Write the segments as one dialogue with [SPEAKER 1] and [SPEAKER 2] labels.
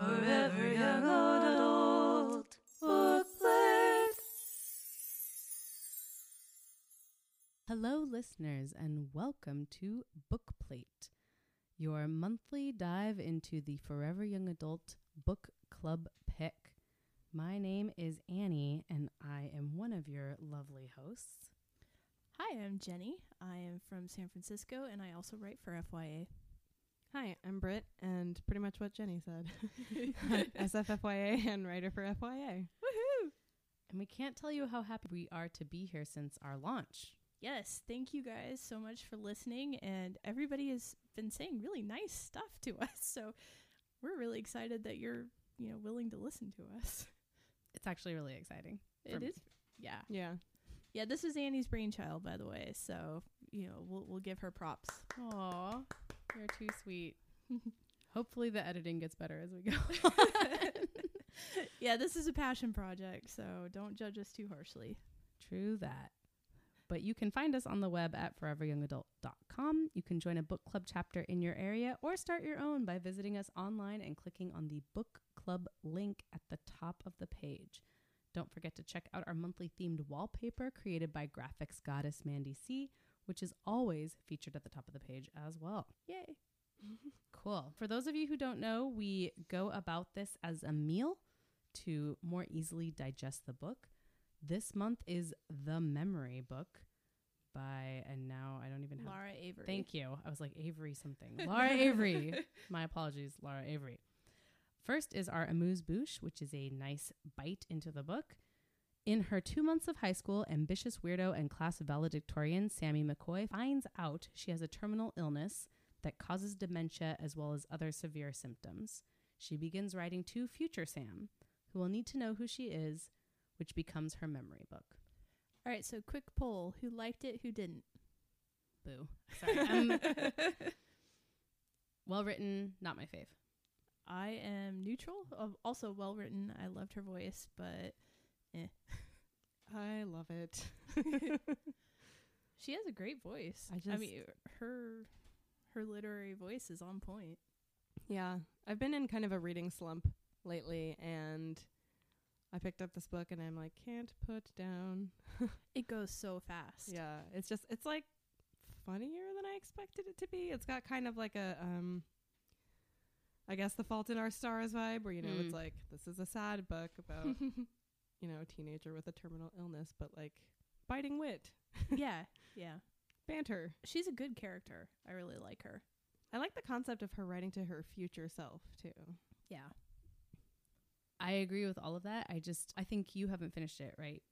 [SPEAKER 1] Forever Young Adult Booklet.
[SPEAKER 2] Hello, listeners, and welcome to Bookplate, your monthly dive into the Forever Young Adult Book Club pick. My name is Annie, and I am one of your lovely hosts.
[SPEAKER 3] Hi, I'm Jenny. I am from San Francisco and I also write for FYA.
[SPEAKER 4] Hi, I'm Britt, and pretty much what Jenny said. SFFYA and writer for FYA.
[SPEAKER 2] And we can't tell you how happy we are to be here since our launch.
[SPEAKER 3] Yes, thank you guys so much for listening and everybody has been saying really nice stuff to us. So we're really excited that you're, you know, willing to listen to us.
[SPEAKER 2] It's actually really exciting.
[SPEAKER 3] It is yeah.
[SPEAKER 4] Yeah.
[SPEAKER 3] Yeah, this is Annie's brainchild by the way. So, you know, we'll we'll give her props.
[SPEAKER 2] Aw, you're too sweet. Hopefully, the editing gets better as we go.
[SPEAKER 3] yeah, this is a passion project, so don't judge us too harshly.
[SPEAKER 2] True that. But you can find us on the web at foreveryoungadult.com. You can join a book club chapter in your area or start your own by visiting us online and clicking on the book club link at the top of the page. Don't forget to check out our monthly themed wallpaper created by graphics goddess Mandy C, which is always featured at the top of the page as well.
[SPEAKER 3] Yay.
[SPEAKER 2] Cool. For those of you who don't know, we go about this as a meal to more easily digest the book. This month is The Memory Book by, and now I don't even have.
[SPEAKER 3] Laura Avery.
[SPEAKER 2] Thank you. I was like, Avery something. Laura Avery. My apologies, Laura Avery. First is our amuse bouche, which is a nice bite into the book. In her two months of high school, ambitious weirdo and class valedictorian Sammy McCoy finds out she has a terminal illness that causes dementia as well as other severe symptoms. She begins writing to future Sam, who will need to know who she is, which becomes her memory book.
[SPEAKER 3] All right, so quick poll. Who liked it, who didn't?
[SPEAKER 2] Boo. Sorry. Um, well written, not my fave.
[SPEAKER 3] I am neutral. Of- Also well written. I loved her voice, but
[SPEAKER 4] I love it.
[SPEAKER 3] she has a great voice.
[SPEAKER 4] I
[SPEAKER 3] I,
[SPEAKER 4] just-
[SPEAKER 3] mean, her her literary voice is on point.
[SPEAKER 4] Yeah. I've been in kind of a reading slump lately, and I picked up this book and I'm like, can't put down.
[SPEAKER 3] It goes so fast.
[SPEAKER 4] Yeah. It's just, it's like funnier than I expected it to be. It's got kind of like a, um, I guess the Fault in Our Stars vibe, where you know
[SPEAKER 2] Mm.
[SPEAKER 4] it's like this is a sad book about you know a teenager with a terminal illness, but like biting wit,
[SPEAKER 3] yeah. Yeah.
[SPEAKER 4] banter.
[SPEAKER 3] She's a good character. I really like her.
[SPEAKER 4] I like the concept of her writing to her future self too.
[SPEAKER 3] Yeah.
[SPEAKER 2] I agree with all of that. I just, I think you haven't finished it, right?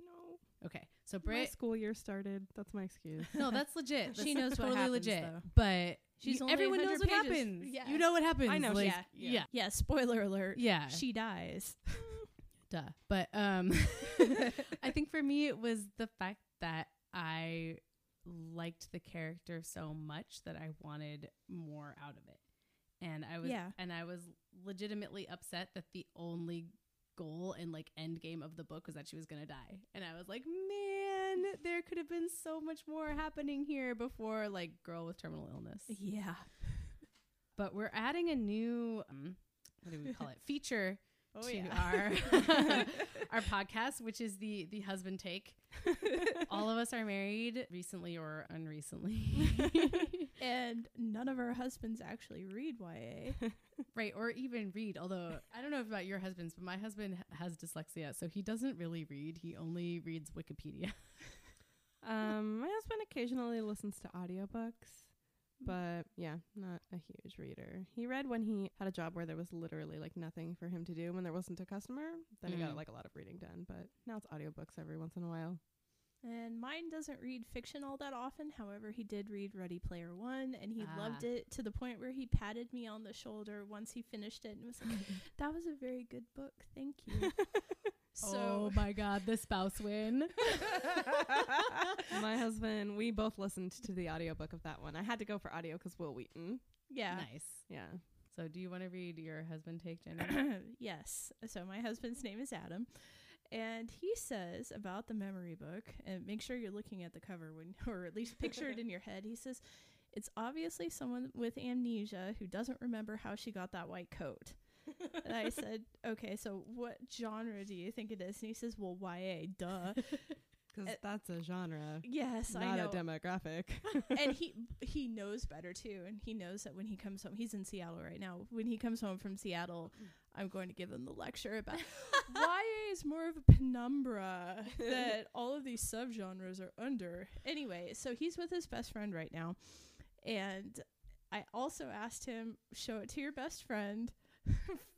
[SPEAKER 4] No,
[SPEAKER 2] Okay. So,
[SPEAKER 4] my
[SPEAKER 2] Britt,
[SPEAKER 4] school year started. That's my excuse.
[SPEAKER 2] no, that's legit. That's
[SPEAKER 3] She knows what
[SPEAKER 2] totally
[SPEAKER 3] happens,
[SPEAKER 2] legit.
[SPEAKER 3] though.
[SPEAKER 2] But
[SPEAKER 3] She's
[SPEAKER 2] you-
[SPEAKER 3] only
[SPEAKER 2] everyone knows
[SPEAKER 3] 100
[SPEAKER 2] what
[SPEAKER 3] pages.
[SPEAKER 2] happens.
[SPEAKER 3] Yeah.
[SPEAKER 2] You know what happens.
[SPEAKER 4] I know.
[SPEAKER 2] Like,
[SPEAKER 3] Yeah.
[SPEAKER 2] yeah.
[SPEAKER 4] Yeah.
[SPEAKER 3] Yeah, spoiler alert.
[SPEAKER 2] Yeah.
[SPEAKER 3] She dies.
[SPEAKER 2] duh. But um, I think for me it was the fact that I liked the character so much that I wanted more out of it, and I was
[SPEAKER 3] Yeah.
[SPEAKER 2] and I was legitimately upset that the only goal and like end game of the book was that she was gonna die, and I was like, man, there could have been so much more happening here before like girl with terminal illness
[SPEAKER 3] Yeah.
[SPEAKER 2] but we're adding a new um, what do we call it feature
[SPEAKER 3] Oh,
[SPEAKER 2] to
[SPEAKER 3] yeah.
[SPEAKER 2] our our podcast which is the the husband take all of us are married recently or unrecently
[SPEAKER 3] And none of her husbands actually read YA.
[SPEAKER 2] right or even read although i don't know about your husbands but my husband h- has dyslexia so he doesn't really read he only reads wikipedia
[SPEAKER 4] um, my husband occasionally listens to audiobooks, but yeah, not a huge reader. He read when he had a job where there was literally like nothing for him to do when there wasn't a customer. Then he
[SPEAKER 2] Mm.
[SPEAKER 4] got like a lot of reading done, but now it's audiobooks every once in a while.
[SPEAKER 3] And mine doesn't read fiction all that often. However, he did read Ready Player One and he
[SPEAKER 2] Ah.
[SPEAKER 3] loved it to the point where he patted me on the shoulder once he finished it and was like, That was a very good book. Thank you.
[SPEAKER 2] oh
[SPEAKER 3] so,
[SPEAKER 2] my god the spouse win
[SPEAKER 4] my husband, we both listened to the audiobook of that one. I had to go for audio because Will Wheaton.
[SPEAKER 3] yeah.
[SPEAKER 2] nice
[SPEAKER 4] Yeah.
[SPEAKER 2] so do you want to read your husband take jenny
[SPEAKER 3] yes. So, my husband's name is Adam. And he says about the memory book, and make sure you're looking at the cover when, or at least picture it in your head. He says, It's obviously someone with amnesia who doesn't remember how she got that white coat. And I said, okay, so what genre do you think it is? And he says, well, YA, duh.
[SPEAKER 4] because
[SPEAKER 3] Uh,
[SPEAKER 4] that's a genre,
[SPEAKER 3] yes, I
[SPEAKER 4] not
[SPEAKER 3] know.
[SPEAKER 4] a demographic.
[SPEAKER 3] and he he knows better too, and he knows that when he comes home, he's in Seattle right now. When he comes home from Seattle, I'm going to give him the lecture about YA is more of a penumbra that all of these subgenres are under. Anyway, so he's with his best friend right now, and I also asked him show it to your best friend.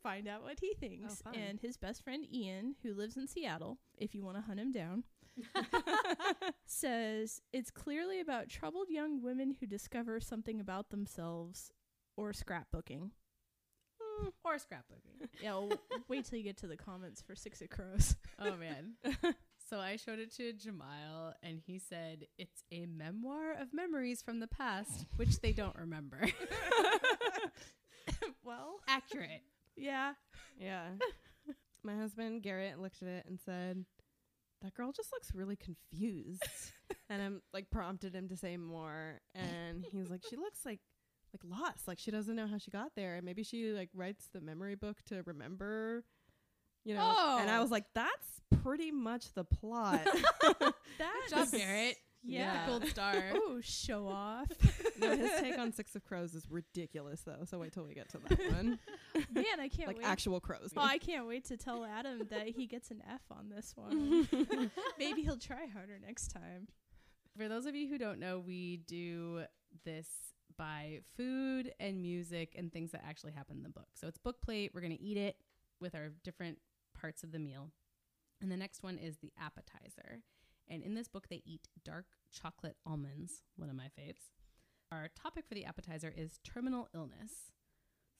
[SPEAKER 3] Find out what he thinks.
[SPEAKER 4] fun.
[SPEAKER 3] and his best friend Ian, who lives in Seattle, if you want to hunt him down, says it's clearly about troubled young women who discover something about themselves or scrapbooking.
[SPEAKER 2] or scrapbooking.
[SPEAKER 3] Yeah, well, wait till you get to the comments for Six of Crows.
[SPEAKER 2] oh man. So I showed it to Jamal and he said it's a memoir of memories from the past which they don't remember.
[SPEAKER 3] well,
[SPEAKER 2] Accurate.
[SPEAKER 3] yeah.
[SPEAKER 4] yeah. My husband Garrett looked at it and said, "That girl just looks really confused." and I'm like prompted him to say more, and he was like, "She looks like." Like lost, like she doesn't know how she got there. Maybe she like writes the memory book to remember, you know. And I
[SPEAKER 2] Oh.
[SPEAKER 4] was like, that's pretty much the plot.
[SPEAKER 3] That's
[SPEAKER 2] Good job, Barrett.
[SPEAKER 3] Yeah.
[SPEAKER 2] Gold star.
[SPEAKER 3] Oh, show off.
[SPEAKER 4] no, his take on Six of Crows is ridiculous, though. So wait till we get to that one,
[SPEAKER 3] Man, I can't
[SPEAKER 4] like
[SPEAKER 3] wait.
[SPEAKER 4] actual crows.
[SPEAKER 3] Oh, I can't wait to tell Adam that he gets an F on this one. Maybe he'll try harder next time.
[SPEAKER 2] For those of you who don't know, we do this by food and music and things that actually happen in the book. So it's book plate. We're going to eat it with our different parts of the meal. And the next one is the appetizer. And in this book, they eat dark chocolate almonds, one of my faves. Our topic for the appetizer is terminal illness.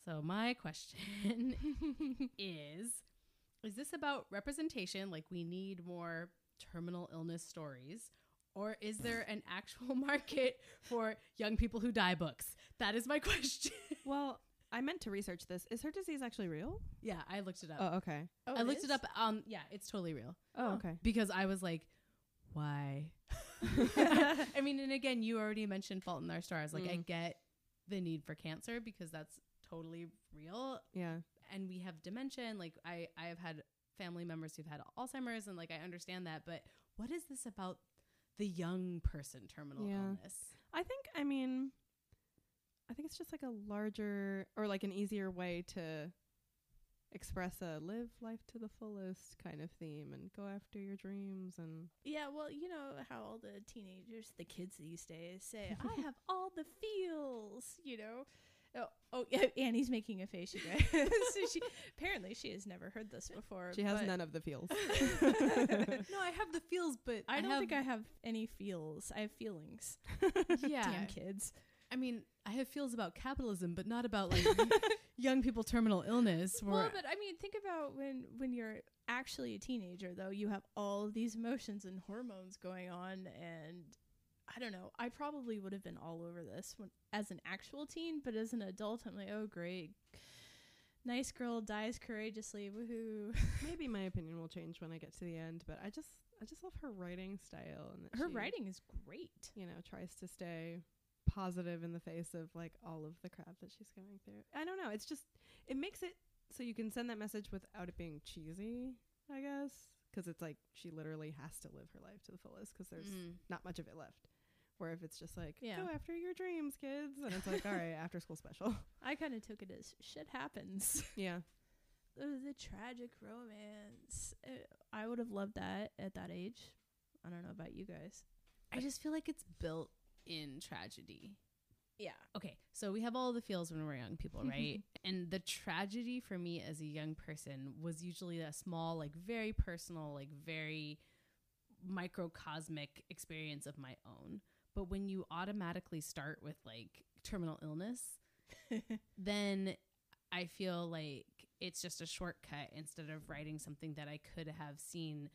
[SPEAKER 2] So my question is is this about representation like we need more terminal illness stories or is there an actual market for young people who die books? That is my question.
[SPEAKER 4] well, I meant to research this. Is her disease actually real?
[SPEAKER 2] yeah, I looked it up.
[SPEAKER 4] Oh, okay.
[SPEAKER 3] Oh,
[SPEAKER 2] I looked it up. Um, yeah, it's totally real
[SPEAKER 4] Oh, okay.
[SPEAKER 2] because I was like, why? I mean, and again, you already mentioned Fault in Our Stars. Like, I
[SPEAKER 4] Mm.
[SPEAKER 2] get the need for cancer because that's totally real,
[SPEAKER 4] Yeah.
[SPEAKER 2] and we have dementia. And like, I I have had family members who've had Alzheimer's, and like, I understand that. But what is this about the young person terminal
[SPEAKER 4] Yeah.
[SPEAKER 2] illness?
[SPEAKER 4] I think. I mean, I think it's just like a larger or like an easier way to express a live life to the fullest kind of theme and go after your dreams and
[SPEAKER 3] Yeah, well, you know how all the teenagers, the kids these days, say, I have all the feels, you know? Oh, oh yeah, Annie's making a face, you guys. so she, apparently, she has never heard this before.
[SPEAKER 4] she has
[SPEAKER 3] but-
[SPEAKER 4] none of the feels.
[SPEAKER 2] no, I have the feels, but
[SPEAKER 3] I don't
[SPEAKER 2] have,
[SPEAKER 3] think I have any feels. I have feelings.
[SPEAKER 2] Yeah,
[SPEAKER 3] Damn kids.
[SPEAKER 2] I mean, I have feels about capitalism, but not about like y- young people terminal illness.
[SPEAKER 3] Well,
[SPEAKER 2] where-
[SPEAKER 3] but I mean, think about when when you're actually a teenager, though. You have all of these emotions and hormones going on, and I don't know. I probably would have been all over this when, as an actual teen, but as an adult, I'm like, oh great, nice girl dies courageously, woohoo!
[SPEAKER 4] Maybe my opinion will change when I get to the end, but I just I just love her writing style and that
[SPEAKER 3] Her
[SPEAKER 4] she,
[SPEAKER 3] writing is great.
[SPEAKER 4] you know, tries to stay positive in the face of like all of the crap that she's going through. I don't know. It's just it makes it so you can send that message without it being cheesy, I guess, because it's like she literally has to live her life to the fullest because there's
[SPEAKER 2] Mm.
[SPEAKER 4] not much of it left. Where if it's just like
[SPEAKER 3] Yeah.
[SPEAKER 4] go after your dreams, kids, and it's like all right, after school special.
[SPEAKER 3] I kind of took it as shit happens.
[SPEAKER 4] yeah,
[SPEAKER 3] Oh, the tragic romance. Uh, I would have loved that at that age. I don't know about you guys.
[SPEAKER 2] I just feel like it's built in tragedy.
[SPEAKER 3] Yeah.
[SPEAKER 2] Okay, so we have all the feels when we're young people, right? and the tragedy for me as a young person was usually a small, like very personal, like very microcosmic experience of my own. But when you automatically start with like terminal illness, then I feel like it's just a shortcut instead of writing something that I could have seen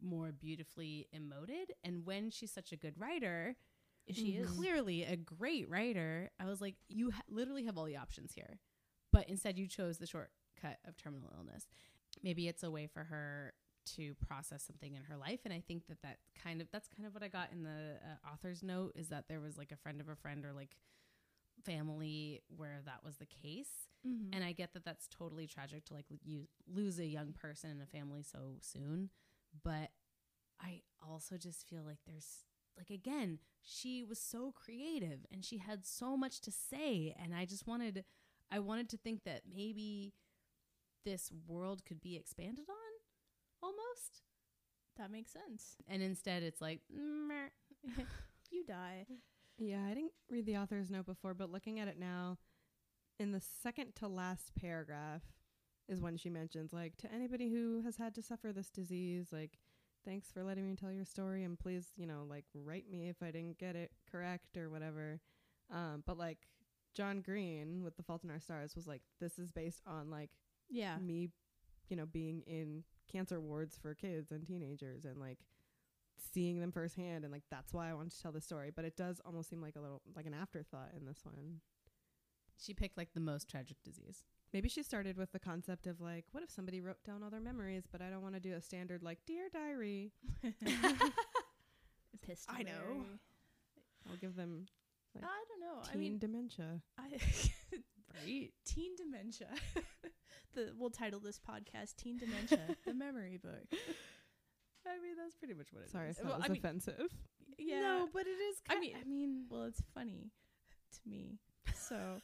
[SPEAKER 2] more beautifully emoted. And when she's such a good writer, mm-hmm.
[SPEAKER 3] She
[SPEAKER 4] Mhm.
[SPEAKER 3] is.
[SPEAKER 2] clearly a great writer, I was like, you ha- literally have all the options here. But instead, you chose the shortcut of terminal illness. Maybe it's a way for her to process something in her life and i think that that kind of that's kind of what i got in the uh, author's note is that there was like a friend of a friend or like family where that was the case. And I get that that's totally tragic to like l- you lose a young person in a family so soon, but I also just feel like there's like again, she was so creative and she had so much to say and I just wanted I wanted to think that maybe this world could be expanded on almost.
[SPEAKER 3] That makes sense.
[SPEAKER 2] And instead it's like meh.
[SPEAKER 3] You die.
[SPEAKER 4] Yeah, I didn't read the author's note before, but looking at it now, in the second to last paragraph is when she mentions, like, to anybody who has had to suffer this disease, like, thanks for letting me tell your story, and please, you know, like, write me if I didn't get it correct or whatever. Um, but like, John Green with The Fault in Our Stars was like, this is based on like
[SPEAKER 3] Yeah.
[SPEAKER 4] me, you know, being in cancer wards for kids and teenagers and like seeing them firsthand and like that's why I wanted to tell the story. But it does almost seem like a little like an afterthought in this one.
[SPEAKER 2] she picked like the most tragic disease.
[SPEAKER 4] Maybe she started with the concept of like, what if somebody wrote down all their memories, but I don't want to do a standard like dear diary.
[SPEAKER 3] Pissed.
[SPEAKER 4] I know.
[SPEAKER 3] away.
[SPEAKER 4] I'll give them Like,
[SPEAKER 3] I don't know.
[SPEAKER 4] teen
[SPEAKER 3] I mean,
[SPEAKER 4] dementia.
[SPEAKER 3] I
[SPEAKER 2] Right.
[SPEAKER 3] teen dementia. the we'll title this podcast "Teen Dementia: The Memory Book."
[SPEAKER 2] I mean that's pretty much what it is.
[SPEAKER 4] Sorry if that
[SPEAKER 3] Well,
[SPEAKER 4] was
[SPEAKER 3] I mean-
[SPEAKER 4] offensive.
[SPEAKER 3] Yeah.
[SPEAKER 2] No, but it is
[SPEAKER 3] I
[SPEAKER 2] kind
[SPEAKER 3] mean-
[SPEAKER 2] I mean
[SPEAKER 3] Well, it's funny to me, so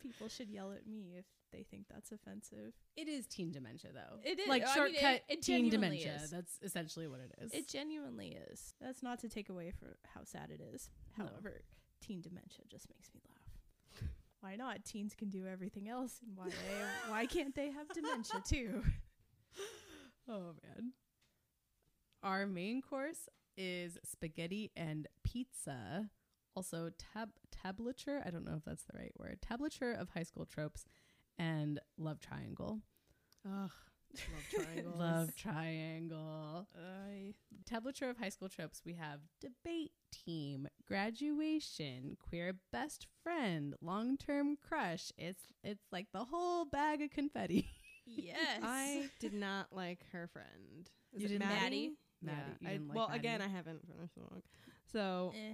[SPEAKER 3] people should yell at me if they think that's offensive.
[SPEAKER 2] It is teen dementia, though.
[SPEAKER 3] It is.
[SPEAKER 2] like
[SPEAKER 3] I mean,
[SPEAKER 2] shortcut
[SPEAKER 3] it- it
[SPEAKER 2] teen
[SPEAKER 3] genuinely
[SPEAKER 2] dementia.
[SPEAKER 3] is.
[SPEAKER 2] That's essentially what it is.
[SPEAKER 3] It genuinely is. That's not to take away from how sad it is.
[SPEAKER 2] No.
[SPEAKER 3] However, teen dementia just makes me laugh. Why not? Teens can do everything else in YA. Why can't they have dementia too?
[SPEAKER 2] oh man. Our main course is spaghetti and pizza. Also tab tablature. I don't know if that's the right word. Tablature of high school tropes and love triangle.
[SPEAKER 4] Ugh. Love triangles.
[SPEAKER 2] Love triangle.
[SPEAKER 3] I
[SPEAKER 2] Tablature of high school tropes. We have debate team, graduation, queer best friend, long term crush. It's it's like the whole bag of confetti.
[SPEAKER 3] yes.
[SPEAKER 4] I did not like her friend. Is
[SPEAKER 2] You
[SPEAKER 4] it
[SPEAKER 2] didn't like-
[SPEAKER 4] Maddie?
[SPEAKER 2] Maddie, you
[SPEAKER 4] I-
[SPEAKER 2] didn't like
[SPEAKER 4] well,
[SPEAKER 2] Maddie.
[SPEAKER 4] again, I haven't finished the book, so
[SPEAKER 3] Eh,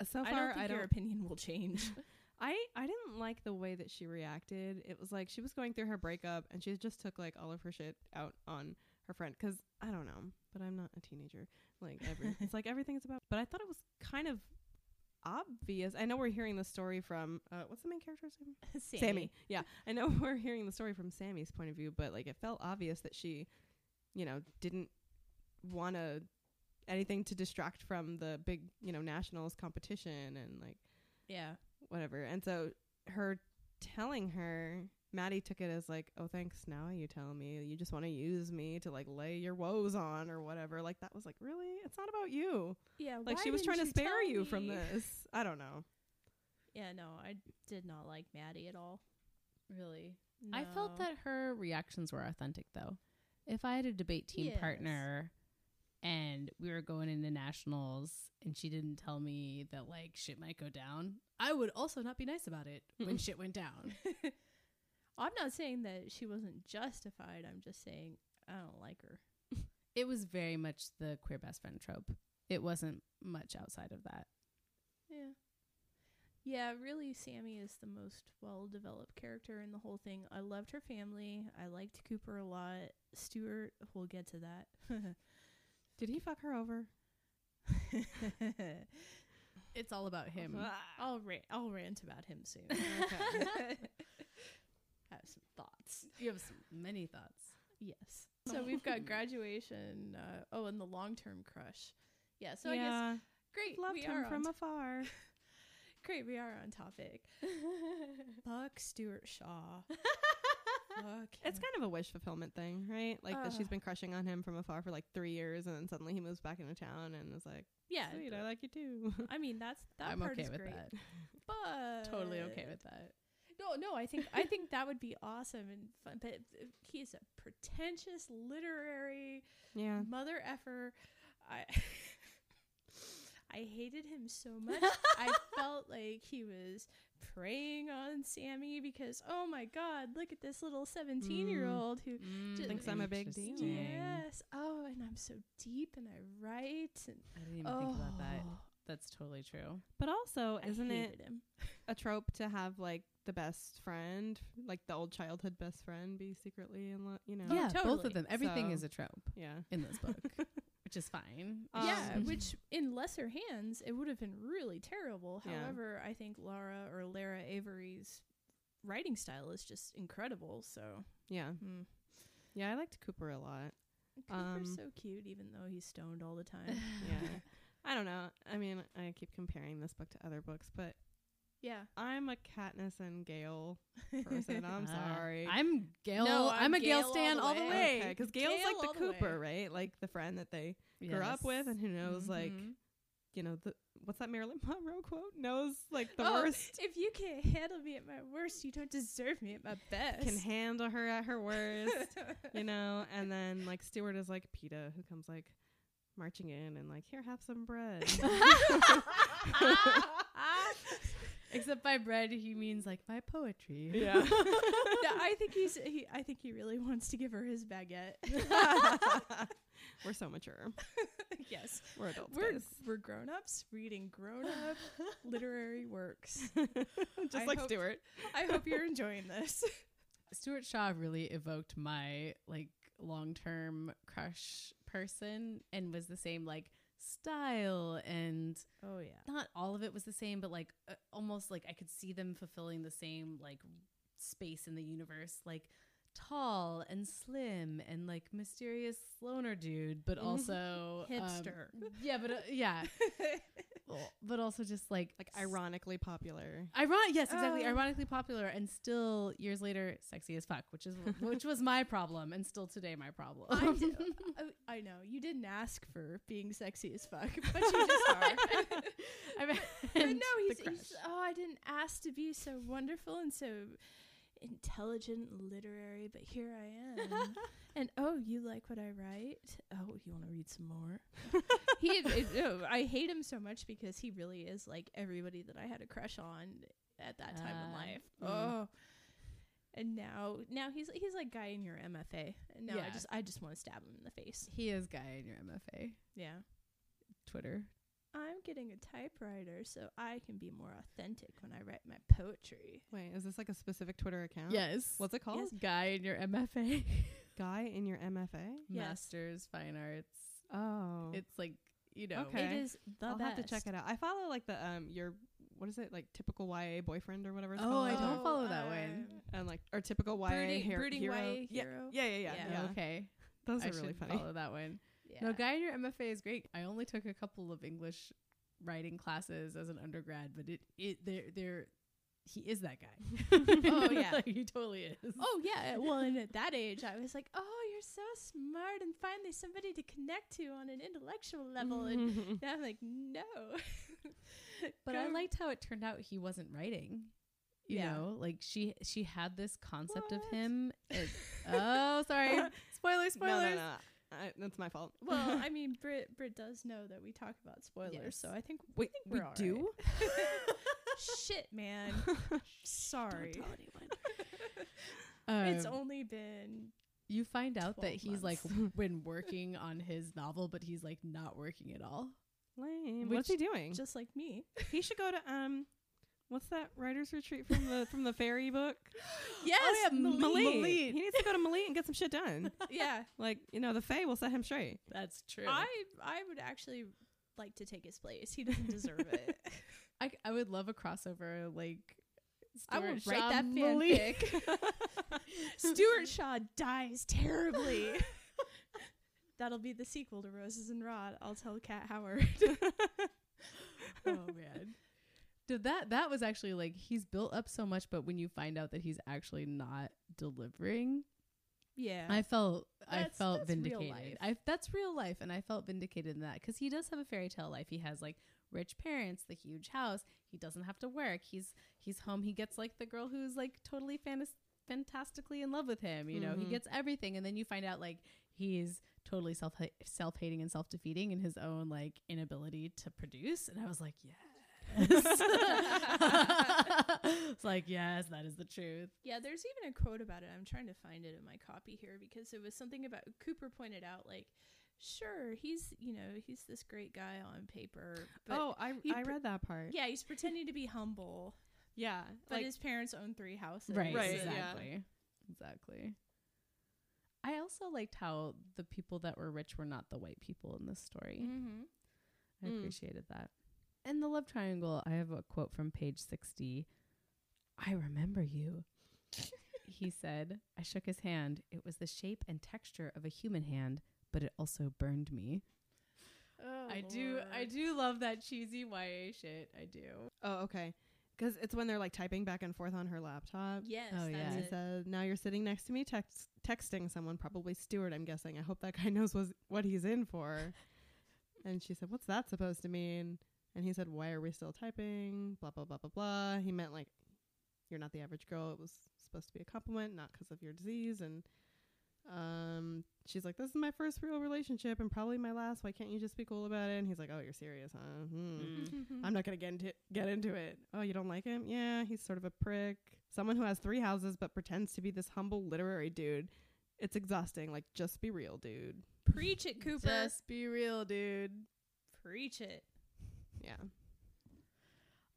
[SPEAKER 4] uh, so
[SPEAKER 3] I
[SPEAKER 4] far
[SPEAKER 3] don't think
[SPEAKER 4] I
[SPEAKER 3] your
[SPEAKER 4] don't.
[SPEAKER 3] opinion will change.
[SPEAKER 4] I I didn't like the way that she reacted. It was like she was going through her breakup, and she just took like all of her shit out on her friend. 'Cause I don't know, but I'm not a teenager. Like every, it's like everything's about. But I thought it was kind of obvious. I know we're hearing the story from uh, what's the main character's name?
[SPEAKER 3] Sammy.
[SPEAKER 4] Yeah. I know we're hearing the story from Sammy's point of view, but like it felt obvious that she, you know, didn't want to anything to distract from the big, you know, nationals competition and like
[SPEAKER 3] Yeah.
[SPEAKER 4] whatever. And so her telling her Maddie took it as like, "Oh, thanks. Now you tell me. You just want to use me to like lay your woes on or whatever." Like that was like, "Really? It's not about you."
[SPEAKER 3] Yeah.
[SPEAKER 4] Like
[SPEAKER 3] why
[SPEAKER 4] she was
[SPEAKER 3] didn't
[SPEAKER 4] trying to spare
[SPEAKER 3] tell
[SPEAKER 4] you from
[SPEAKER 3] me?
[SPEAKER 4] this. I don't know.
[SPEAKER 3] Yeah. No, I did not like Maddie at all.
[SPEAKER 2] Really? I felt
[SPEAKER 3] No.
[SPEAKER 2] that her reactions were authentic, though. If I had a debate team
[SPEAKER 3] Yes.
[SPEAKER 2] partner and we were going into nationals and she didn't tell me that like shit might go down, I would also not be nice about it when
[SPEAKER 4] Mm-mm.
[SPEAKER 2] shit went down.
[SPEAKER 3] I'm not saying that she wasn't justified. I'm just saying I don't like her.
[SPEAKER 2] It was very much the queer best friend trope. It wasn't much outside of that.
[SPEAKER 3] Yeah. Yeah, really, Sammy is the most well developed character in the whole thing. I loved her family. I liked Cooper a lot. Stuart, we'll get to that.
[SPEAKER 4] Did he fuck her over?
[SPEAKER 2] It's all about him.
[SPEAKER 3] I'll, ra- I'll rant about him soon.
[SPEAKER 4] Okay.
[SPEAKER 3] Have some thoughts.
[SPEAKER 2] You have some, many thoughts.
[SPEAKER 3] Yes. So
[SPEAKER 4] Oh.
[SPEAKER 3] we've got graduation. Uh, oh, and the long term crush. Yeah, so I guess great.
[SPEAKER 4] loved
[SPEAKER 3] we
[SPEAKER 4] him
[SPEAKER 3] are
[SPEAKER 4] from
[SPEAKER 3] on
[SPEAKER 4] afar.
[SPEAKER 3] Great, we are on topic. Fuck Stuart Shaw. Fuck
[SPEAKER 4] It's
[SPEAKER 3] him.
[SPEAKER 4] kind of a wish fulfillment thing, right? Like that she's
[SPEAKER 3] Ugh.
[SPEAKER 4] been crushing on him from afar for like three years, and then suddenly he moves back into town and is like,
[SPEAKER 3] yeah.
[SPEAKER 4] "Sweet, I like you too."
[SPEAKER 3] I mean, that's that
[SPEAKER 2] I'm
[SPEAKER 3] part
[SPEAKER 2] okay
[SPEAKER 3] is
[SPEAKER 2] with
[SPEAKER 3] great, Uh,
[SPEAKER 2] that.
[SPEAKER 3] but
[SPEAKER 2] Totally okay with that.
[SPEAKER 3] No, no, I think I think that would be awesome and fun. But uh, he's a pretentious literary
[SPEAKER 4] yeah,
[SPEAKER 3] mother effer. I I hated him so much. I felt like he was preying on Sammy because oh my god, look at this little seventeen year old who
[SPEAKER 2] Mm,
[SPEAKER 3] Thinks I'm
[SPEAKER 4] a big deal.
[SPEAKER 2] interesting.
[SPEAKER 3] Yes. Oh, and I'm so deep and I write and Oh.
[SPEAKER 2] I didn't even think about that. That's totally true.
[SPEAKER 4] But also,
[SPEAKER 3] I
[SPEAKER 4] isn't it
[SPEAKER 3] hated him.
[SPEAKER 4] a trope to have like the best friend, like the old childhood best friend, be secretly in love? You know?
[SPEAKER 3] Oh,
[SPEAKER 2] yeah, both
[SPEAKER 3] totally.
[SPEAKER 2] of them. Everything
[SPEAKER 4] So-
[SPEAKER 2] is a trope
[SPEAKER 4] Yeah.
[SPEAKER 2] in this book, which is fine.
[SPEAKER 4] Um,
[SPEAKER 3] yeah, which in lesser hands, it would have been really terrible.
[SPEAKER 4] Yeah.
[SPEAKER 3] However, I think Laura or Lara Avery's writing style is just incredible. So
[SPEAKER 4] Yeah.
[SPEAKER 3] hmm.
[SPEAKER 4] Yeah. I liked Cooper a lot.
[SPEAKER 3] Cooper's
[SPEAKER 4] Um,
[SPEAKER 3] so cute, even though he's stoned all the time.
[SPEAKER 4] Yeah. I don't know. I mean, I keep comparing this book to other books, but
[SPEAKER 3] yeah,
[SPEAKER 4] I'm a Katniss and Gale person. I'm
[SPEAKER 2] Ah,
[SPEAKER 4] sorry.
[SPEAKER 2] I'm Gail.
[SPEAKER 3] No,
[SPEAKER 2] I'm,
[SPEAKER 3] I'm
[SPEAKER 2] a Gail
[SPEAKER 3] Gail
[SPEAKER 2] stan all the way.
[SPEAKER 4] Because Gale's
[SPEAKER 3] Gale
[SPEAKER 4] like
[SPEAKER 3] all
[SPEAKER 4] the
[SPEAKER 3] the
[SPEAKER 4] Cooper, right? Like the friend that they grew up with and who knows, like,
[SPEAKER 2] Mhm.
[SPEAKER 4] you know, the, what's that Marilyn Monroe quote? Knows, like, the
[SPEAKER 3] Oh,
[SPEAKER 4] worst.
[SPEAKER 3] If you can't handle me at my worst, you don't deserve me at my best.
[SPEAKER 4] Can handle her at her worst, you know? And then, like, Stewart is like PETA, who comes, like, marching in and, like, here, have some bread.
[SPEAKER 2] Except by bread, he means like by poetry.
[SPEAKER 4] yeah.
[SPEAKER 3] no, I think he's. He, I think he really wants to give her his baguette.
[SPEAKER 4] We're so mature.
[SPEAKER 3] yes,
[SPEAKER 4] We're adults.
[SPEAKER 3] we're
[SPEAKER 4] guys.
[SPEAKER 3] we're grown ups reading grown up literary works.
[SPEAKER 4] Just
[SPEAKER 3] I
[SPEAKER 4] like
[SPEAKER 3] hope-
[SPEAKER 4] Stewart.
[SPEAKER 3] I hope you're enjoying this.
[SPEAKER 2] Stuart Shaw really evoked my like long term crush person and was the same like style and
[SPEAKER 3] Oh yeah,
[SPEAKER 2] not all of it was the same but like uh, almost like I could see them fulfilling the same like space in the universe like tall and slim and like mysterious loner dude but
[SPEAKER 3] Oh,
[SPEAKER 2] also um,
[SPEAKER 3] Mm-hmm. hipster.
[SPEAKER 2] yeah but uh, yeah but also just like
[SPEAKER 4] Like, ironically popular.
[SPEAKER 2] Iron- yes, exactly.
[SPEAKER 3] Oh.
[SPEAKER 2] Ironically popular and still years later sexy as fuck, which is which was my problem and still today my problem.
[SPEAKER 3] I, d- Oh, I- I know you didn't ask for being sexy as fuck, but you just are.
[SPEAKER 2] I mean,
[SPEAKER 3] but no, he's,
[SPEAKER 2] the
[SPEAKER 3] he's
[SPEAKER 2] crush.
[SPEAKER 3] oh, I didn't ask to be so wonderful and so intelligent and literary, but here I am. and oh, you like what I write? Oh, you want to read some more? he, it, no, I hate him so much because he really is like everybody that I had a crush on at that time in
[SPEAKER 2] Ah,
[SPEAKER 3] life.
[SPEAKER 4] mm.
[SPEAKER 3] Oh. And now, now he's he's like guy in your MFA. And now
[SPEAKER 2] Yeah.
[SPEAKER 3] I just I just want to stab him in the face.
[SPEAKER 2] he is guy in your MFA
[SPEAKER 3] Yeah,
[SPEAKER 2] Twitter.
[SPEAKER 3] I'm getting a typewriter so I can be more authentic when I write my poetry.
[SPEAKER 4] Wait, is this like a specific Twitter account?
[SPEAKER 2] Yes,
[SPEAKER 4] What's it called?
[SPEAKER 2] Yes, guy in your MFA
[SPEAKER 4] Guy in your MFA?
[SPEAKER 3] Yes.
[SPEAKER 2] Masters Fine Arts.
[SPEAKER 4] Oh.
[SPEAKER 2] It's like you know.
[SPEAKER 4] Okay.
[SPEAKER 3] It is the
[SPEAKER 4] I'll
[SPEAKER 3] best.
[SPEAKER 4] have to check it out. I follow like the um your what is it like typical YA boyfriend or whatever it's
[SPEAKER 2] Oh,
[SPEAKER 4] called.
[SPEAKER 2] I don't follow that one.
[SPEAKER 3] um,
[SPEAKER 4] And like or typical YA
[SPEAKER 3] brooding-
[SPEAKER 4] hero.
[SPEAKER 3] brooding
[SPEAKER 4] hero.
[SPEAKER 3] YA
[SPEAKER 4] Yeah.
[SPEAKER 3] hero.
[SPEAKER 4] Yeah, yeah, yeah,
[SPEAKER 3] Yeah.
[SPEAKER 4] yeah.
[SPEAKER 2] Okay,
[SPEAKER 4] Those
[SPEAKER 2] I
[SPEAKER 4] are really
[SPEAKER 2] should
[SPEAKER 4] funny.
[SPEAKER 2] follow that one.
[SPEAKER 3] Yeah.
[SPEAKER 2] No, guy in your MFA is great. I only took a couple of English writing classes as an undergrad, but it it there there he is that guy.
[SPEAKER 3] Oh, yeah.
[SPEAKER 2] Like, he totally is.
[SPEAKER 3] Oh yeah. Well, and at that age, I was like, "Oh, you're so smart, and finally somebody to connect to on an intellectual level." And now I'm like, "No."
[SPEAKER 2] but I
[SPEAKER 3] Go-
[SPEAKER 2] liked how it turned out he wasn't writing. You
[SPEAKER 3] Yeah.
[SPEAKER 2] know, like she she had this concept of
[SPEAKER 4] What?
[SPEAKER 2] him. as- oh, sorry, spoilers,
[SPEAKER 4] No, no,
[SPEAKER 2] spoilers.
[SPEAKER 4] no. I, that's my fault.
[SPEAKER 3] Well, I mean, Brit Brit does know that we talk about spoilers,
[SPEAKER 2] Yes.
[SPEAKER 3] so I think
[SPEAKER 4] Wait,
[SPEAKER 3] think
[SPEAKER 4] we
[SPEAKER 3] we're all right.
[SPEAKER 4] do?
[SPEAKER 3] shit, man. Sorry, it's
[SPEAKER 2] Um,
[SPEAKER 3] only been
[SPEAKER 2] you find out that
[SPEAKER 3] 12
[SPEAKER 2] he's like been working on his novel, but he's like not working at all.
[SPEAKER 4] Lame. What's he doing?
[SPEAKER 3] just like me.
[SPEAKER 4] he should go to um what's that writer's retreat from the from the fairy book?
[SPEAKER 2] Yes,
[SPEAKER 4] oh, yeah, Malit. He needs to go to Malit and get some shit done.
[SPEAKER 3] yeah,
[SPEAKER 4] like, you know, the Fae will set him straight.
[SPEAKER 2] That's true.
[SPEAKER 3] I I would actually like to take his place. He doesn't deserve it.
[SPEAKER 2] I, I would love a crossover like
[SPEAKER 3] I will
[SPEAKER 2] Stuart
[SPEAKER 3] write
[SPEAKER 2] Shaw
[SPEAKER 3] that
[SPEAKER 2] Malik.
[SPEAKER 3] fanfic. Stuart Shaw dies terribly. That'll be the sequel to Roses and Rod. I'll tell Cat Howard.
[SPEAKER 2] oh man. Did that that was actually like he's built up so much but when you find out that he's actually not delivering
[SPEAKER 3] Yeah.
[SPEAKER 2] I felt I
[SPEAKER 3] That's-
[SPEAKER 2] felt
[SPEAKER 3] that's real
[SPEAKER 2] vindicated.
[SPEAKER 3] life.
[SPEAKER 2] I that's real life and I felt vindicated in that cuz he does have a fairy tale life. He has like rich parents, the huge house. He doesn't have to work. He's he's home. He gets like the girl who's like totally fantas- fantastically in love with him, you know. He
[SPEAKER 3] Mm-hmm.
[SPEAKER 4] Mhm.
[SPEAKER 2] gets everything and then you find out like he's totally self self-hating and self-defeating in his own like inability to produce and I was like, "Yes." it's like, "Yes, that is the truth."
[SPEAKER 3] yeah, there's even a quote about it. I'm trying to find it in my copy here because it was something about Cooper pointed out like sure, he's you know he's this great guy on paper. But
[SPEAKER 4] oh, I
[SPEAKER 3] you
[SPEAKER 4] I
[SPEAKER 3] pr-
[SPEAKER 4] read that part.
[SPEAKER 3] yeah, he's pretending to be humble,
[SPEAKER 4] yeah.
[SPEAKER 3] but
[SPEAKER 4] like,
[SPEAKER 3] his parents own three houses.
[SPEAKER 2] Right.
[SPEAKER 4] Right, yeah.
[SPEAKER 2] exactly. Exactly. I also liked how the people that were rich were not the white people in this story.
[SPEAKER 3] Mm-hmm.
[SPEAKER 2] I
[SPEAKER 4] Mm.
[SPEAKER 2] appreciated that. And the love triangle, I have a quote from page 60. I remember you. he said, I shook his hand. It was the shape and texture of a human hand, but it also burned me.
[SPEAKER 3] Oh,
[SPEAKER 2] I do I
[SPEAKER 3] Lord.
[SPEAKER 2] do love that cheesy YA shit. I do.
[SPEAKER 4] oh, okay. Because it's when they're like typing back and forth on her laptop.
[SPEAKER 3] Yes,
[SPEAKER 2] Oh, yeah.
[SPEAKER 4] And he
[SPEAKER 3] that's it.
[SPEAKER 4] said, "Now you're sitting next to me, text- texting someone, probably Stewart. I'm guessing. I hope that guy knows was- what he's in for." and she said, "What's that supposed to mean?" And he said, "Why are we still typing?" Blah blah blah blah blah. He meant like, "You're not the average girl." It was supposed to be a compliment, not 'cause of your disease. And um, she's like, "This is my first real relationship, and probably my last. Why can't you just be cool about it?" And he's like, "Oh, you're serious, huh?" Hmm. I'm not gonna get into get into it. Oh, you don't like him? Yeah, he's sort of a prick. Someone who has three houses but pretends to be this humble literary dude. It's exhausting. Like, just be real, dude.
[SPEAKER 3] Preach it, Cooper.
[SPEAKER 4] be real, dude.
[SPEAKER 3] Preach it.
[SPEAKER 4] Yeah.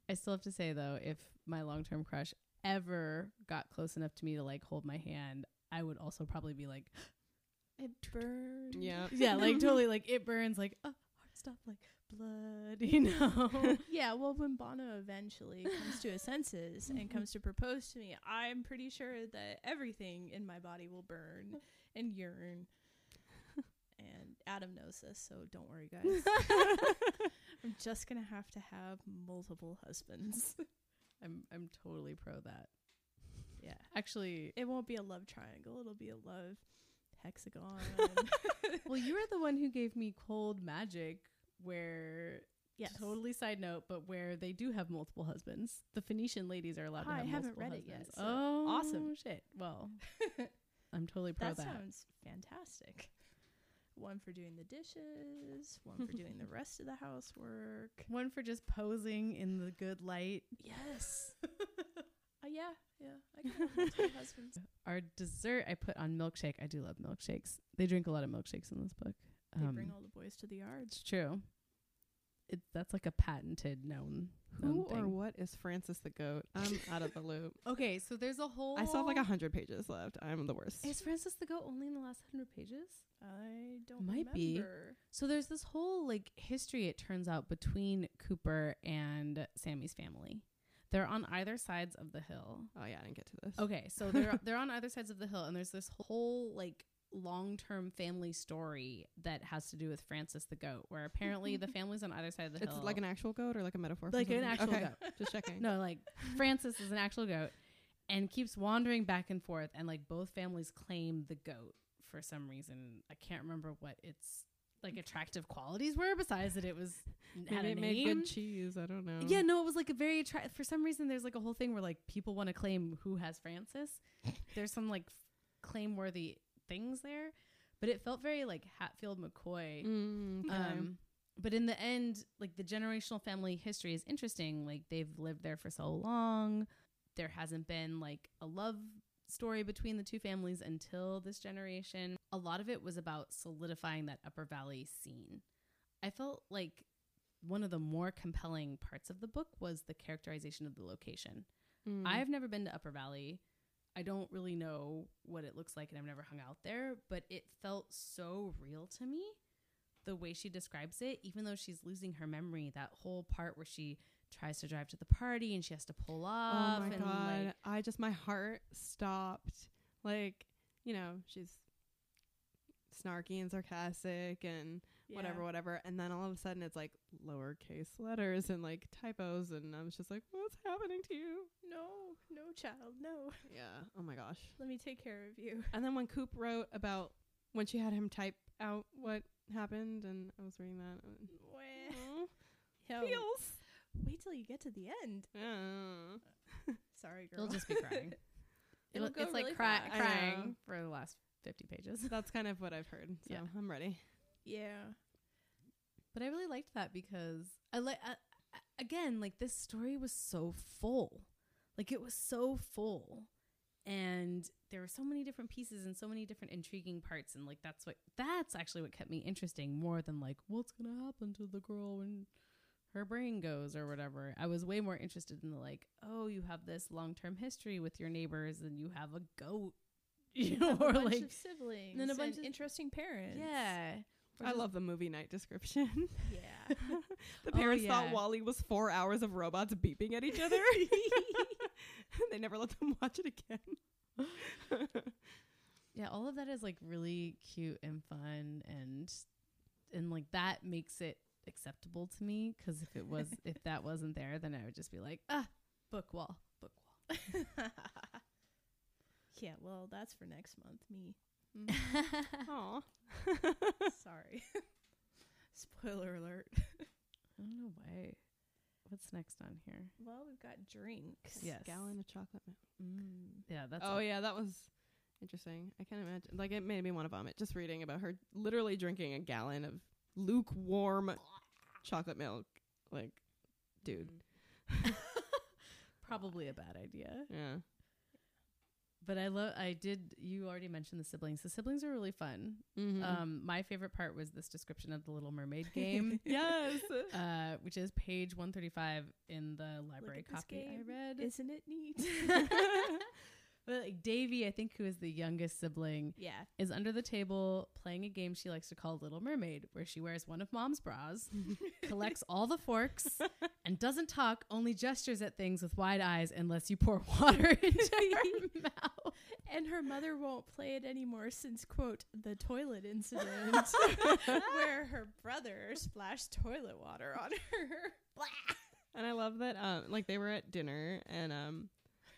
[SPEAKER 2] I still have to say though, if my long term crush ever got close enough to me to like hold my hand, I would also probably be like,
[SPEAKER 3] It burned.
[SPEAKER 4] Yeah.
[SPEAKER 2] yeah, like totally, like it burns, like uh hard stuff, like blood, you know.
[SPEAKER 3] Yeah, well, when Bono eventually comes to his senses and comes to propose to me, I'm pretty sure that everything in my body will burn and yearn. And Adam knows this, so don't worry, guys. I'm just gonna have to have multiple husbands.
[SPEAKER 2] I'm I'm totally pro that.
[SPEAKER 3] Yeah,
[SPEAKER 2] Actually,
[SPEAKER 3] it won't be a love triangle; it'll be a love hexagon.
[SPEAKER 2] well, you were the one who gave me cold magic, where
[SPEAKER 3] yes,
[SPEAKER 2] totally side note, but where they do have multiple husbands. The Phoenician ladies are allowed to
[SPEAKER 3] I
[SPEAKER 2] have
[SPEAKER 3] haven't
[SPEAKER 2] multiple
[SPEAKER 3] read it
[SPEAKER 2] husbands.
[SPEAKER 3] yet, so
[SPEAKER 2] oh,
[SPEAKER 3] awesome.
[SPEAKER 2] shit! Well, I'm totally pro
[SPEAKER 3] that
[SPEAKER 2] that.
[SPEAKER 3] sounds fantastic. One for doing the dishes, one for doing the rest of the housework.
[SPEAKER 2] One for just posing in the good light.
[SPEAKER 3] Yes. uh, yeah, yeah. I can have multiple husbands.
[SPEAKER 2] Our dessert, I put on milkshake. I do love milkshakes. They drink a lot of milkshakes in this book. Um,
[SPEAKER 3] They bring all the boys to the yard.
[SPEAKER 2] It's true. It, that's like a patented known. known
[SPEAKER 4] Who
[SPEAKER 2] thing.
[SPEAKER 4] or what is Francis the goat? I'm out of the loop.
[SPEAKER 2] Okay, so there's a whole.
[SPEAKER 4] I still have like a hundred pages left. I'm the worst.
[SPEAKER 2] Is Francis the Goat only in the last hundred pages?
[SPEAKER 3] I don't
[SPEAKER 2] Might
[SPEAKER 3] Might
[SPEAKER 2] be.
[SPEAKER 3] remember.
[SPEAKER 2] So there's this whole like history. It turns out between Cooper and Sammy's family, they're on either sides of the hill.
[SPEAKER 4] oh yeah, I didn't get to this.
[SPEAKER 2] Okay, so they're they're on either sides of the hill, and there's this whole like long-term family story that has to do with Francis the goat, where apparently the family's on either side of the
[SPEAKER 4] It's
[SPEAKER 2] hill.
[SPEAKER 4] like an actual goat or like a metaphor? for
[SPEAKER 2] Like an
[SPEAKER 4] something?
[SPEAKER 2] actual
[SPEAKER 4] Okay,
[SPEAKER 2] goat.
[SPEAKER 4] Just checking.
[SPEAKER 2] No, like Francis is an actual goat and keeps wandering back and forth and like both families claim the goat for some reason. I can't remember what its like attractive qualities were besides that it was had
[SPEAKER 4] Maybe
[SPEAKER 2] a
[SPEAKER 4] it made
[SPEAKER 2] name.
[SPEAKER 4] good cheese. I don't know.
[SPEAKER 2] yeah, no, it was like a very attra- for some reason there's like a whole thing where like people want to claim who has Francis. There's some like claim worthy things there, but it felt very like Hatfield McCoy
[SPEAKER 4] Mm, okay.
[SPEAKER 2] um, but in the end, like the generational family history is interesting. Like they've lived there for so long. There hasn't been like a love story between the two families until this generation. A lot of it was about solidifying that Upper Valley scene. I felt like one of the more compelling parts of the book was the characterization of the location.
[SPEAKER 4] Mm.
[SPEAKER 2] I've never been to Upper Valley. I don't really know what it looks like and I've never hung out there, but it felt so real to me the way she describes it, even though she's losing her memory, that whole part where she tries to drive to the party and she has to pull off
[SPEAKER 4] Oh my
[SPEAKER 2] and
[SPEAKER 4] god!
[SPEAKER 2] like
[SPEAKER 4] I just my heart stopped. Like you know, she's snarky and sarcastic and whatever, whatever. And then all of a sudden, it's like lowercase letters and like typos, and I was just like, "What's happening to you?"
[SPEAKER 3] No, no, child, no.
[SPEAKER 4] Yeah. Oh my gosh.
[SPEAKER 3] Let me take care of you.
[SPEAKER 4] And then when Coop wrote about when she had him type out what happened, and I was reading that. and- Aw,
[SPEAKER 3] Yo,
[SPEAKER 4] Feels.
[SPEAKER 3] wait till you get to the end.
[SPEAKER 4] Yeah.
[SPEAKER 3] Sorry, girl.
[SPEAKER 2] you'll just be crying.
[SPEAKER 3] It'll
[SPEAKER 2] It'll,
[SPEAKER 3] go
[SPEAKER 2] it's
[SPEAKER 3] really
[SPEAKER 2] like cry,
[SPEAKER 3] fast.
[SPEAKER 4] I
[SPEAKER 2] crying
[SPEAKER 4] know.
[SPEAKER 2] for the last fifty pages.
[SPEAKER 4] That's kind of what I've heard. So
[SPEAKER 2] Yeah.
[SPEAKER 4] I'm ready.
[SPEAKER 3] yeah.
[SPEAKER 2] But I really liked that because I like I- I- again, like this story was so full. Like it was so full. And there were so many different pieces and so many different intriguing parts and like that's what that's actually what kept me interesting more than like what's going to happen to the girl when her brain goes or whatever. I was way more interested in the like, oh, you have this long-term history with your neighbors and you have a goat. You know,
[SPEAKER 3] have
[SPEAKER 2] or
[SPEAKER 3] a bunch
[SPEAKER 2] like
[SPEAKER 3] of siblings
[SPEAKER 2] and then a bunch
[SPEAKER 3] and
[SPEAKER 2] of-
[SPEAKER 3] interesting parents.
[SPEAKER 2] yeah. Or
[SPEAKER 4] I
[SPEAKER 2] just-
[SPEAKER 4] love the movie night description.
[SPEAKER 3] Yeah.
[SPEAKER 4] the
[SPEAKER 2] Oh,
[SPEAKER 4] parents
[SPEAKER 2] yeah.
[SPEAKER 4] thought Wally was four hours of robots beeping at each other. they never let them watch it again.
[SPEAKER 2] Yeah, all of that is like really cute and fun and and like that makes it acceptable to me cuz if it was if that wasn't there then I would just be like, "Ah, book wall, book wall."
[SPEAKER 3] yeah, well, that's for next month, me.
[SPEAKER 4] Aw.
[SPEAKER 3] Sorry. Spoiler alert.
[SPEAKER 2] I don't know why. What's next on here?
[SPEAKER 3] Well, we've got drinks.
[SPEAKER 2] Yes.
[SPEAKER 4] Gallon of chocolate milk.
[SPEAKER 3] Mm.
[SPEAKER 2] Yeah, that's
[SPEAKER 4] oh
[SPEAKER 2] all.
[SPEAKER 4] yeah, that was interesting. I can't imagine. Like it made me want to vomit just reading about her literally drinking a gallon of lukewarm chocolate milk. Like, dude.
[SPEAKER 2] Probably a bad idea.
[SPEAKER 4] Yeah.
[SPEAKER 2] But I love I did you already mentioned the siblings. The siblings are really fun.
[SPEAKER 4] Mm-hmm.
[SPEAKER 2] Um my favorite part was this description of the Little Mermaid game.
[SPEAKER 4] yes.
[SPEAKER 2] Uh, which is page 135 in the library
[SPEAKER 3] at this
[SPEAKER 2] copy I
[SPEAKER 3] game.
[SPEAKER 2] read.
[SPEAKER 3] Isn't it neat?
[SPEAKER 2] But like Davy, I think who is the youngest sibling,
[SPEAKER 3] yeah.
[SPEAKER 2] is under the table playing a game she likes to call Little Mermaid, where she wears one of mom's bras, collects all the forks, and doesn't talk, only gestures at things with wide eyes unless you pour water into her mouth.
[SPEAKER 3] And her mother won't play it anymore since, quote, the toilet incident,
[SPEAKER 4] Mm-hmm.
[SPEAKER 3] where her brother splashed toilet water on her.
[SPEAKER 4] And I love that um like they were at dinner and um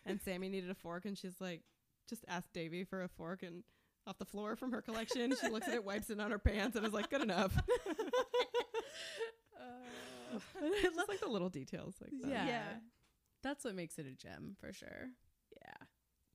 [SPEAKER 4] and Sammy needed a fork and she's like just asked Davy for a fork and off the floor from her collection. She looks at it, wipes it on her pants, and is like, "Good enough." Just like the little details, like that.
[SPEAKER 2] Yeah.
[SPEAKER 3] Uh, Yeah.
[SPEAKER 2] That's what makes it a gem for sure.
[SPEAKER 3] Yeah.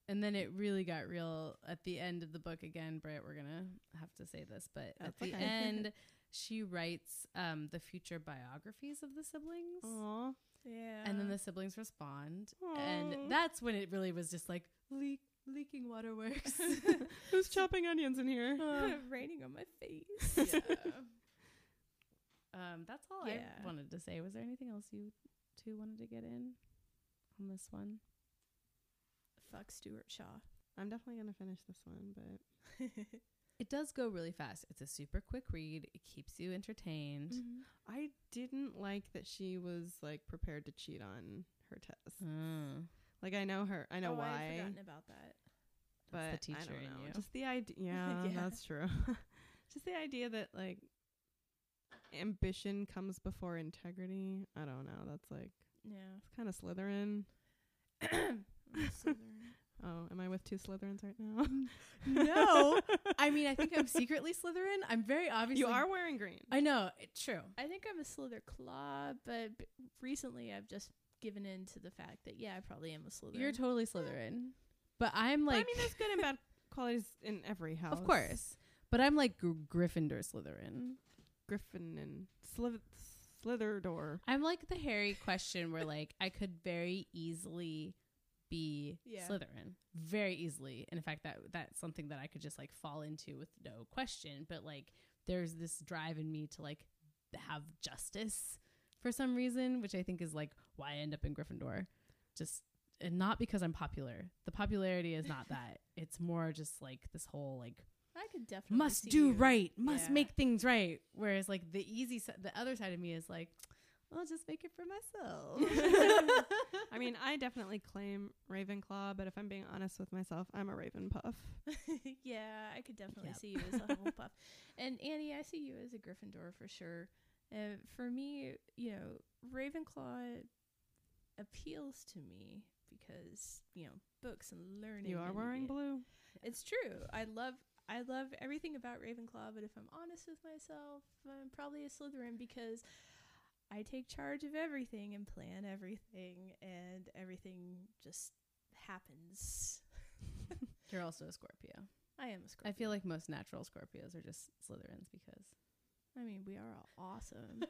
[SPEAKER 2] And then it really got real at the end of the book again, Britt. We're gonna have to say this, but
[SPEAKER 4] That's
[SPEAKER 2] at the
[SPEAKER 4] okay.
[SPEAKER 2] end, she writes um, the future biographies of the siblings.
[SPEAKER 4] Aw.
[SPEAKER 3] Yeah.
[SPEAKER 2] and then the siblings respond
[SPEAKER 4] Aw.
[SPEAKER 2] and that's when it really was just like leak leaking water works
[SPEAKER 4] Who's chopping onions in here?
[SPEAKER 3] Uh, raining on my face.
[SPEAKER 2] um that's all
[SPEAKER 3] Yeah.
[SPEAKER 2] i wanted to say was there anything else you two wanted to get in on this one
[SPEAKER 3] Fuck Stuart Shaw.
[SPEAKER 4] I'm definitely gonna finish this one, but
[SPEAKER 2] it does go really fast it's a super quick read it keeps you entertained
[SPEAKER 3] Mm-hmm.
[SPEAKER 4] I didn't like that she was like prepared to cheat on her test.
[SPEAKER 2] Mm.
[SPEAKER 4] Like I know her, I know
[SPEAKER 3] oh, I had
[SPEAKER 4] why,
[SPEAKER 3] forgotten about that.
[SPEAKER 4] but
[SPEAKER 2] That's the
[SPEAKER 4] I
[SPEAKER 2] teacher
[SPEAKER 4] don't
[SPEAKER 2] in
[SPEAKER 4] know.
[SPEAKER 2] you.
[SPEAKER 4] Just the idea. Yeah,
[SPEAKER 3] Yeah.
[SPEAKER 4] that's true. just the idea that like ambition comes before integrity. I don't know. That's like
[SPEAKER 3] Yeah.
[SPEAKER 4] it's kind of Slytherin. Oh, am I with two Slytherins right now?
[SPEAKER 2] no i mean i think i'm secretly slytherin i'm very obviously
[SPEAKER 4] you are wearing green.
[SPEAKER 2] i know it's true
[SPEAKER 3] I think I'm a Slither Claw, but b- recently I've just given in to the fact that yeah, I probably am a Slither.
[SPEAKER 2] you're totally slytherin but i'm
[SPEAKER 4] But
[SPEAKER 2] like
[SPEAKER 4] I mean, there's good and bad qualities in every house.
[SPEAKER 2] of course but i'm like Gr- gryffindor slytherin
[SPEAKER 4] Griffin and Slith- Slitherdor.
[SPEAKER 2] I'm like the Harry question where like I could very easily be
[SPEAKER 3] Yeah.
[SPEAKER 2] Slytherin. Very easily. And in fact that that's something that I could just like fall into with no question. But like there's this drive in me to like have justice for some reason, which I think is like why I end up in Gryffindor. Just and not because I'm popular. The popularity is not that. it's more just like this whole like
[SPEAKER 3] I could definitely
[SPEAKER 2] must
[SPEAKER 3] see
[SPEAKER 2] do
[SPEAKER 3] you.
[SPEAKER 2] right, must
[SPEAKER 3] Yeah.
[SPEAKER 2] make things right. Whereas like the easy, si- the other side of me is like, I'll just make it for myself.
[SPEAKER 4] I mean, I definitely claim Ravenclaw, but if I'm being honest with myself, I'm a Ravenpuff.
[SPEAKER 3] yeah, I could definitely
[SPEAKER 2] Yep.
[SPEAKER 3] see you as a Hufflepuff. and Annie, I see you as a Gryffindor for sure. Uh, for me, you know, Ravenclaw appeals to me because you know books and learning.
[SPEAKER 4] You are
[SPEAKER 3] and-
[SPEAKER 4] wearing
[SPEAKER 3] yeah.
[SPEAKER 4] blue.
[SPEAKER 3] It's true. I love I love everything about Ravenclaw, but if I'm honest with myself, I'm probably a Slytherin because I take charge of everything and plan everything and everything just happens.
[SPEAKER 2] You're also a Scorpio.
[SPEAKER 3] I am a Scorpio.
[SPEAKER 2] I feel like most natural Scorpios are just Slytherins because
[SPEAKER 3] I mean, we are all awesome.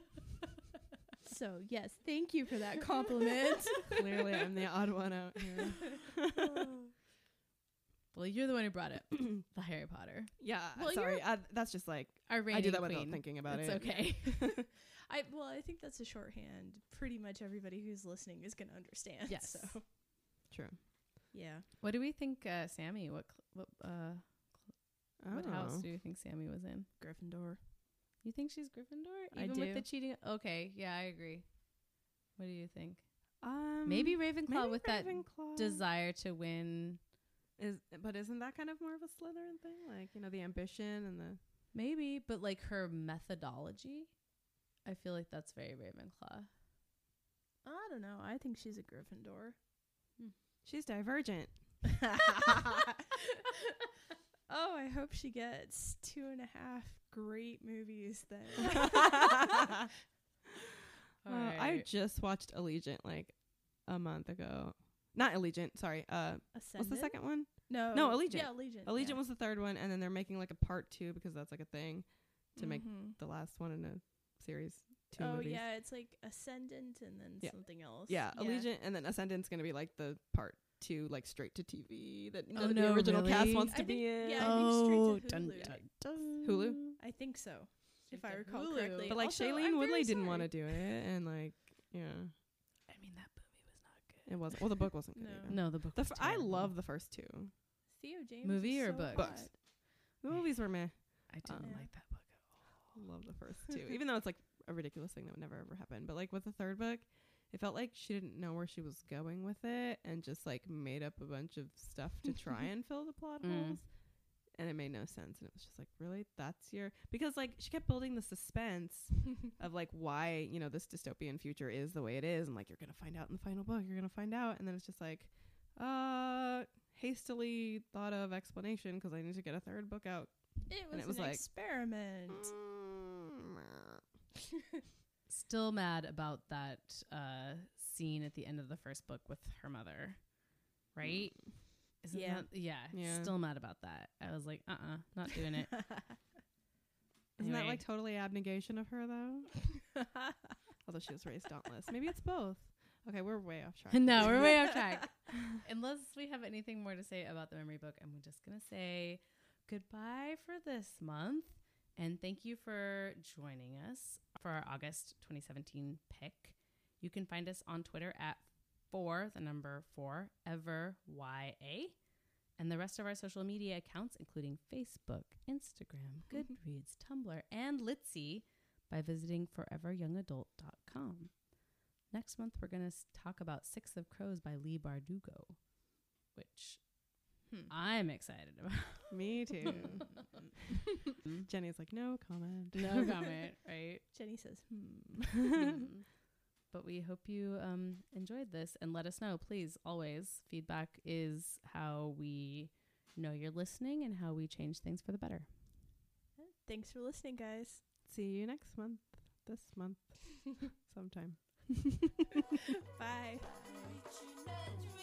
[SPEAKER 3] so, yes, thank you for that compliment.
[SPEAKER 4] Clearly, I'm the odd one out here.
[SPEAKER 2] Well, you're the one who brought it. the Harry Potter.
[SPEAKER 4] Yeah.
[SPEAKER 3] Well,
[SPEAKER 4] sorry. I, that's just like
[SPEAKER 2] Our reigning
[SPEAKER 4] I do that
[SPEAKER 2] queen.
[SPEAKER 4] without thinking about
[SPEAKER 2] it's
[SPEAKER 4] it.
[SPEAKER 2] okay.
[SPEAKER 3] I well, I think that's a shorthand. Pretty much everybody who's listening is going to understand.
[SPEAKER 2] Yes.
[SPEAKER 3] So
[SPEAKER 4] True.
[SPEAKER 3] yeah,
[SPEAKER 2] What do we think, uh, Sammy? What cl- what uh, what house
[SPEAKER 4] Oh.
[SPEAKER 2] do you think Sammy was in?
[SPEAKER 3] Gryffindor.
[SPEAKER 2] You think she's Gryffindor?
[SPEAKER 3] I
[SPEAKER 2] Even with the
[SPEAKER 3] do.
[SPEAKER 2] cheating. Okay, yeah, I agree. What do you think?
[SPEAKER 4] Um,
[SPEAKER 2] maybe Ravenclaw
[SPEAKER 4] maybe
[SPEAKER 2] with that
[SPEAKER 4] Ravenclaw.
[SPEAKER 2] desire to win.
[SPEAKER 4] Is but isn't that kind of more of a Slytherin thing? Like you know the ambition and the
[SPEAKER 2] Maybe, but like her methodology, I feel like that's very Ravenclaw.
[SPEAKER 3] I don't know. I think she's a Gryffindor.
[SPEAKER 4] she's divergent.
[SPEAKER 3] oh, I hope she gets two and a half great movies then.
[SPEAKER 4] Uh, I
[SPEAKER 2] Alright.
[SPEAKER 4] just watched Allegiant like a month ago. Not Allegiant, sorry. Uh, what's the
[SPEAKER 3] Ascendant?
[SPEAKER 4] second one?
[SPEAKER 3] No,
[SPEAKER 4] No, Allegiant.
[SPEAKER 3] Yeah, Allegiant.
[SPEAKER 4] Allegiant was the third one, and then they're making like a part two because that's like a thing to
[SPEAKER 2] Mm-hmm.
[SPEAKER 4] make the last one in a series. Two
[SPEAKER 3] Mm-hmm. Oh
[SPEAKER 4] movies.
[SPEAKER 3] yeah, it's like Ascendant and then
[SPEAKER 4] Yeah.
[SPEAKER 3] something else.
[SPEAKER 4] Yeah, Allegiant, and then Ascendant's gonna be like the part two, like straight to TV that none
[SPEAKER 2] Oh,
[SPEAKER 4] of the
[SPEAKER 2] no,
[SPEAKER 4] original cast
[SPEAKER 2] really?
[SPEAKER 4] wants to
[SPEAKER 3] I
[SPEAKER 4] be
[SPEAKER 3] think-
[SPEAKER 4] in.
[SPEAKER 3] yeah, I think straight to
[SPEAKER 2] Oh,
[SPEAKER 3] Hulu.
[SPEAKER 4] Hulu?
[SPEAKER 3] I think so, if
[SPEAKER 2] Straight
[SPEAKER 3] I
[SPEAKER 2] to
[SPEAKER 3] recall
[SPEAKER 2] Hulu.
[SPEAKER 3] correctly.
[SPEAKER 4] But like
[SPEAKER 3] Also,
[SPEAKER 4] Shailene
[SPEAKER 3] I'm very
[SPEAKER 4] Woodley didn't
[SPEAKER 3] sorry.
[SPEAKER 4] want to do it, and like yeah,
[SPEAKER 2] I mean, that movie was not
[SPEAKER 4] it wasn't. Well, the book wasn't good.
[SPEAKER 3] No.
[SPEAKER 4] either.
[SPEAKER 2] good. No, the book.
[SPEAKER 4] The
[SPEAKER 2] was
[SPEAKER 4] f- I
[SPEAKER 2] terrible.
[SPEAKER 4] love the first two.
[SPEAKER 3] Theo James
[SPEAKER 2] Movie
[SPEAKER 3] is
[SPEAKER 2] or
[SPEAKER 3] so
[SPEAKER 2] books?
[SPEAKER 3] hot.
[SPEAKER 4] Books. The movies were meh.
[SPEAKER 2] I didn't
[SPEAKER 4] um,
[SPEAKER 2] like that book.
[SPEAKER 4] Love the first two, even though it's like a ridiculous thing that would never ever happen. But like with the third book, it felt like she didn't know where she was going with it, and just like made up a bunch of stuff to try and fill the plot
[SPEAKER 2] Mm.
[SPEAKER 4] holes. And it made no sense, and it was just like, really, that's your because like she kept building the suspense of like why you know this dystopian future is the way it is and like you're gonna find out in the final book you're gonna find out and then it's just like uh hastily thought of explanation because i need to get a third book out
[SPEAKER 3] It was,
[SPEAKER 4] it was
[SPEAKER 3] an
[SPEAKER 4] like-
[SPEAKER 3] experiment.
[SPEAKER 2] Still mad about that uh, scene at the end of the first book with her mother, right? Isn't
[SPEAKER 3] Yeah.
[SPEAKER 2] That, yeah.
[SPEAKER 4] Yeah.
[SPEAKER 2] Still mad about that. I was like, uh, uh not doing it.
[SPEAKER 4] isn't that
[SPEAKER 2] Anyway.
[SPEAKER 4] like totally abnegation of her though "Mm." although she was raised dauntless maybe it's both okay we're way off track
[SPEAKER 2] no, we're way off track. Unless we have anything more to say about the memory book, I'm just going to say goodbye for this month. And thank you for joining us for our August 2017 pick. You can find us on Twitter at for the number four ever ya, and the rest of our social media accounts, including Facebook, Instagram, Goodreads, Tumblr, and Litzy, by visiting foreveryoungadult.com. Next month, we're going to talk about Six of Crows by Lee Bardugo, which
[SPEAKER 3] Hmm.
[SPEAKER 2] I'm excited about.
[SPEAKER 4] me too jenny's like no comment
[SPEAKER 2] No comment, right?
[SPEAKER 3] Jenny says, hmm.
[SPEAKER 2] Mm. but we hope you um, enjoyed this and let us know, please. Always, feedback is how we know you're listening and how we change things for the better.
[SPEAKER 3] Thanks for listening, guys.
[SPEAKER 4] see you next month this month sometime
[SPEAKER 3] Bye.
[SPEAKER 1] Reaching out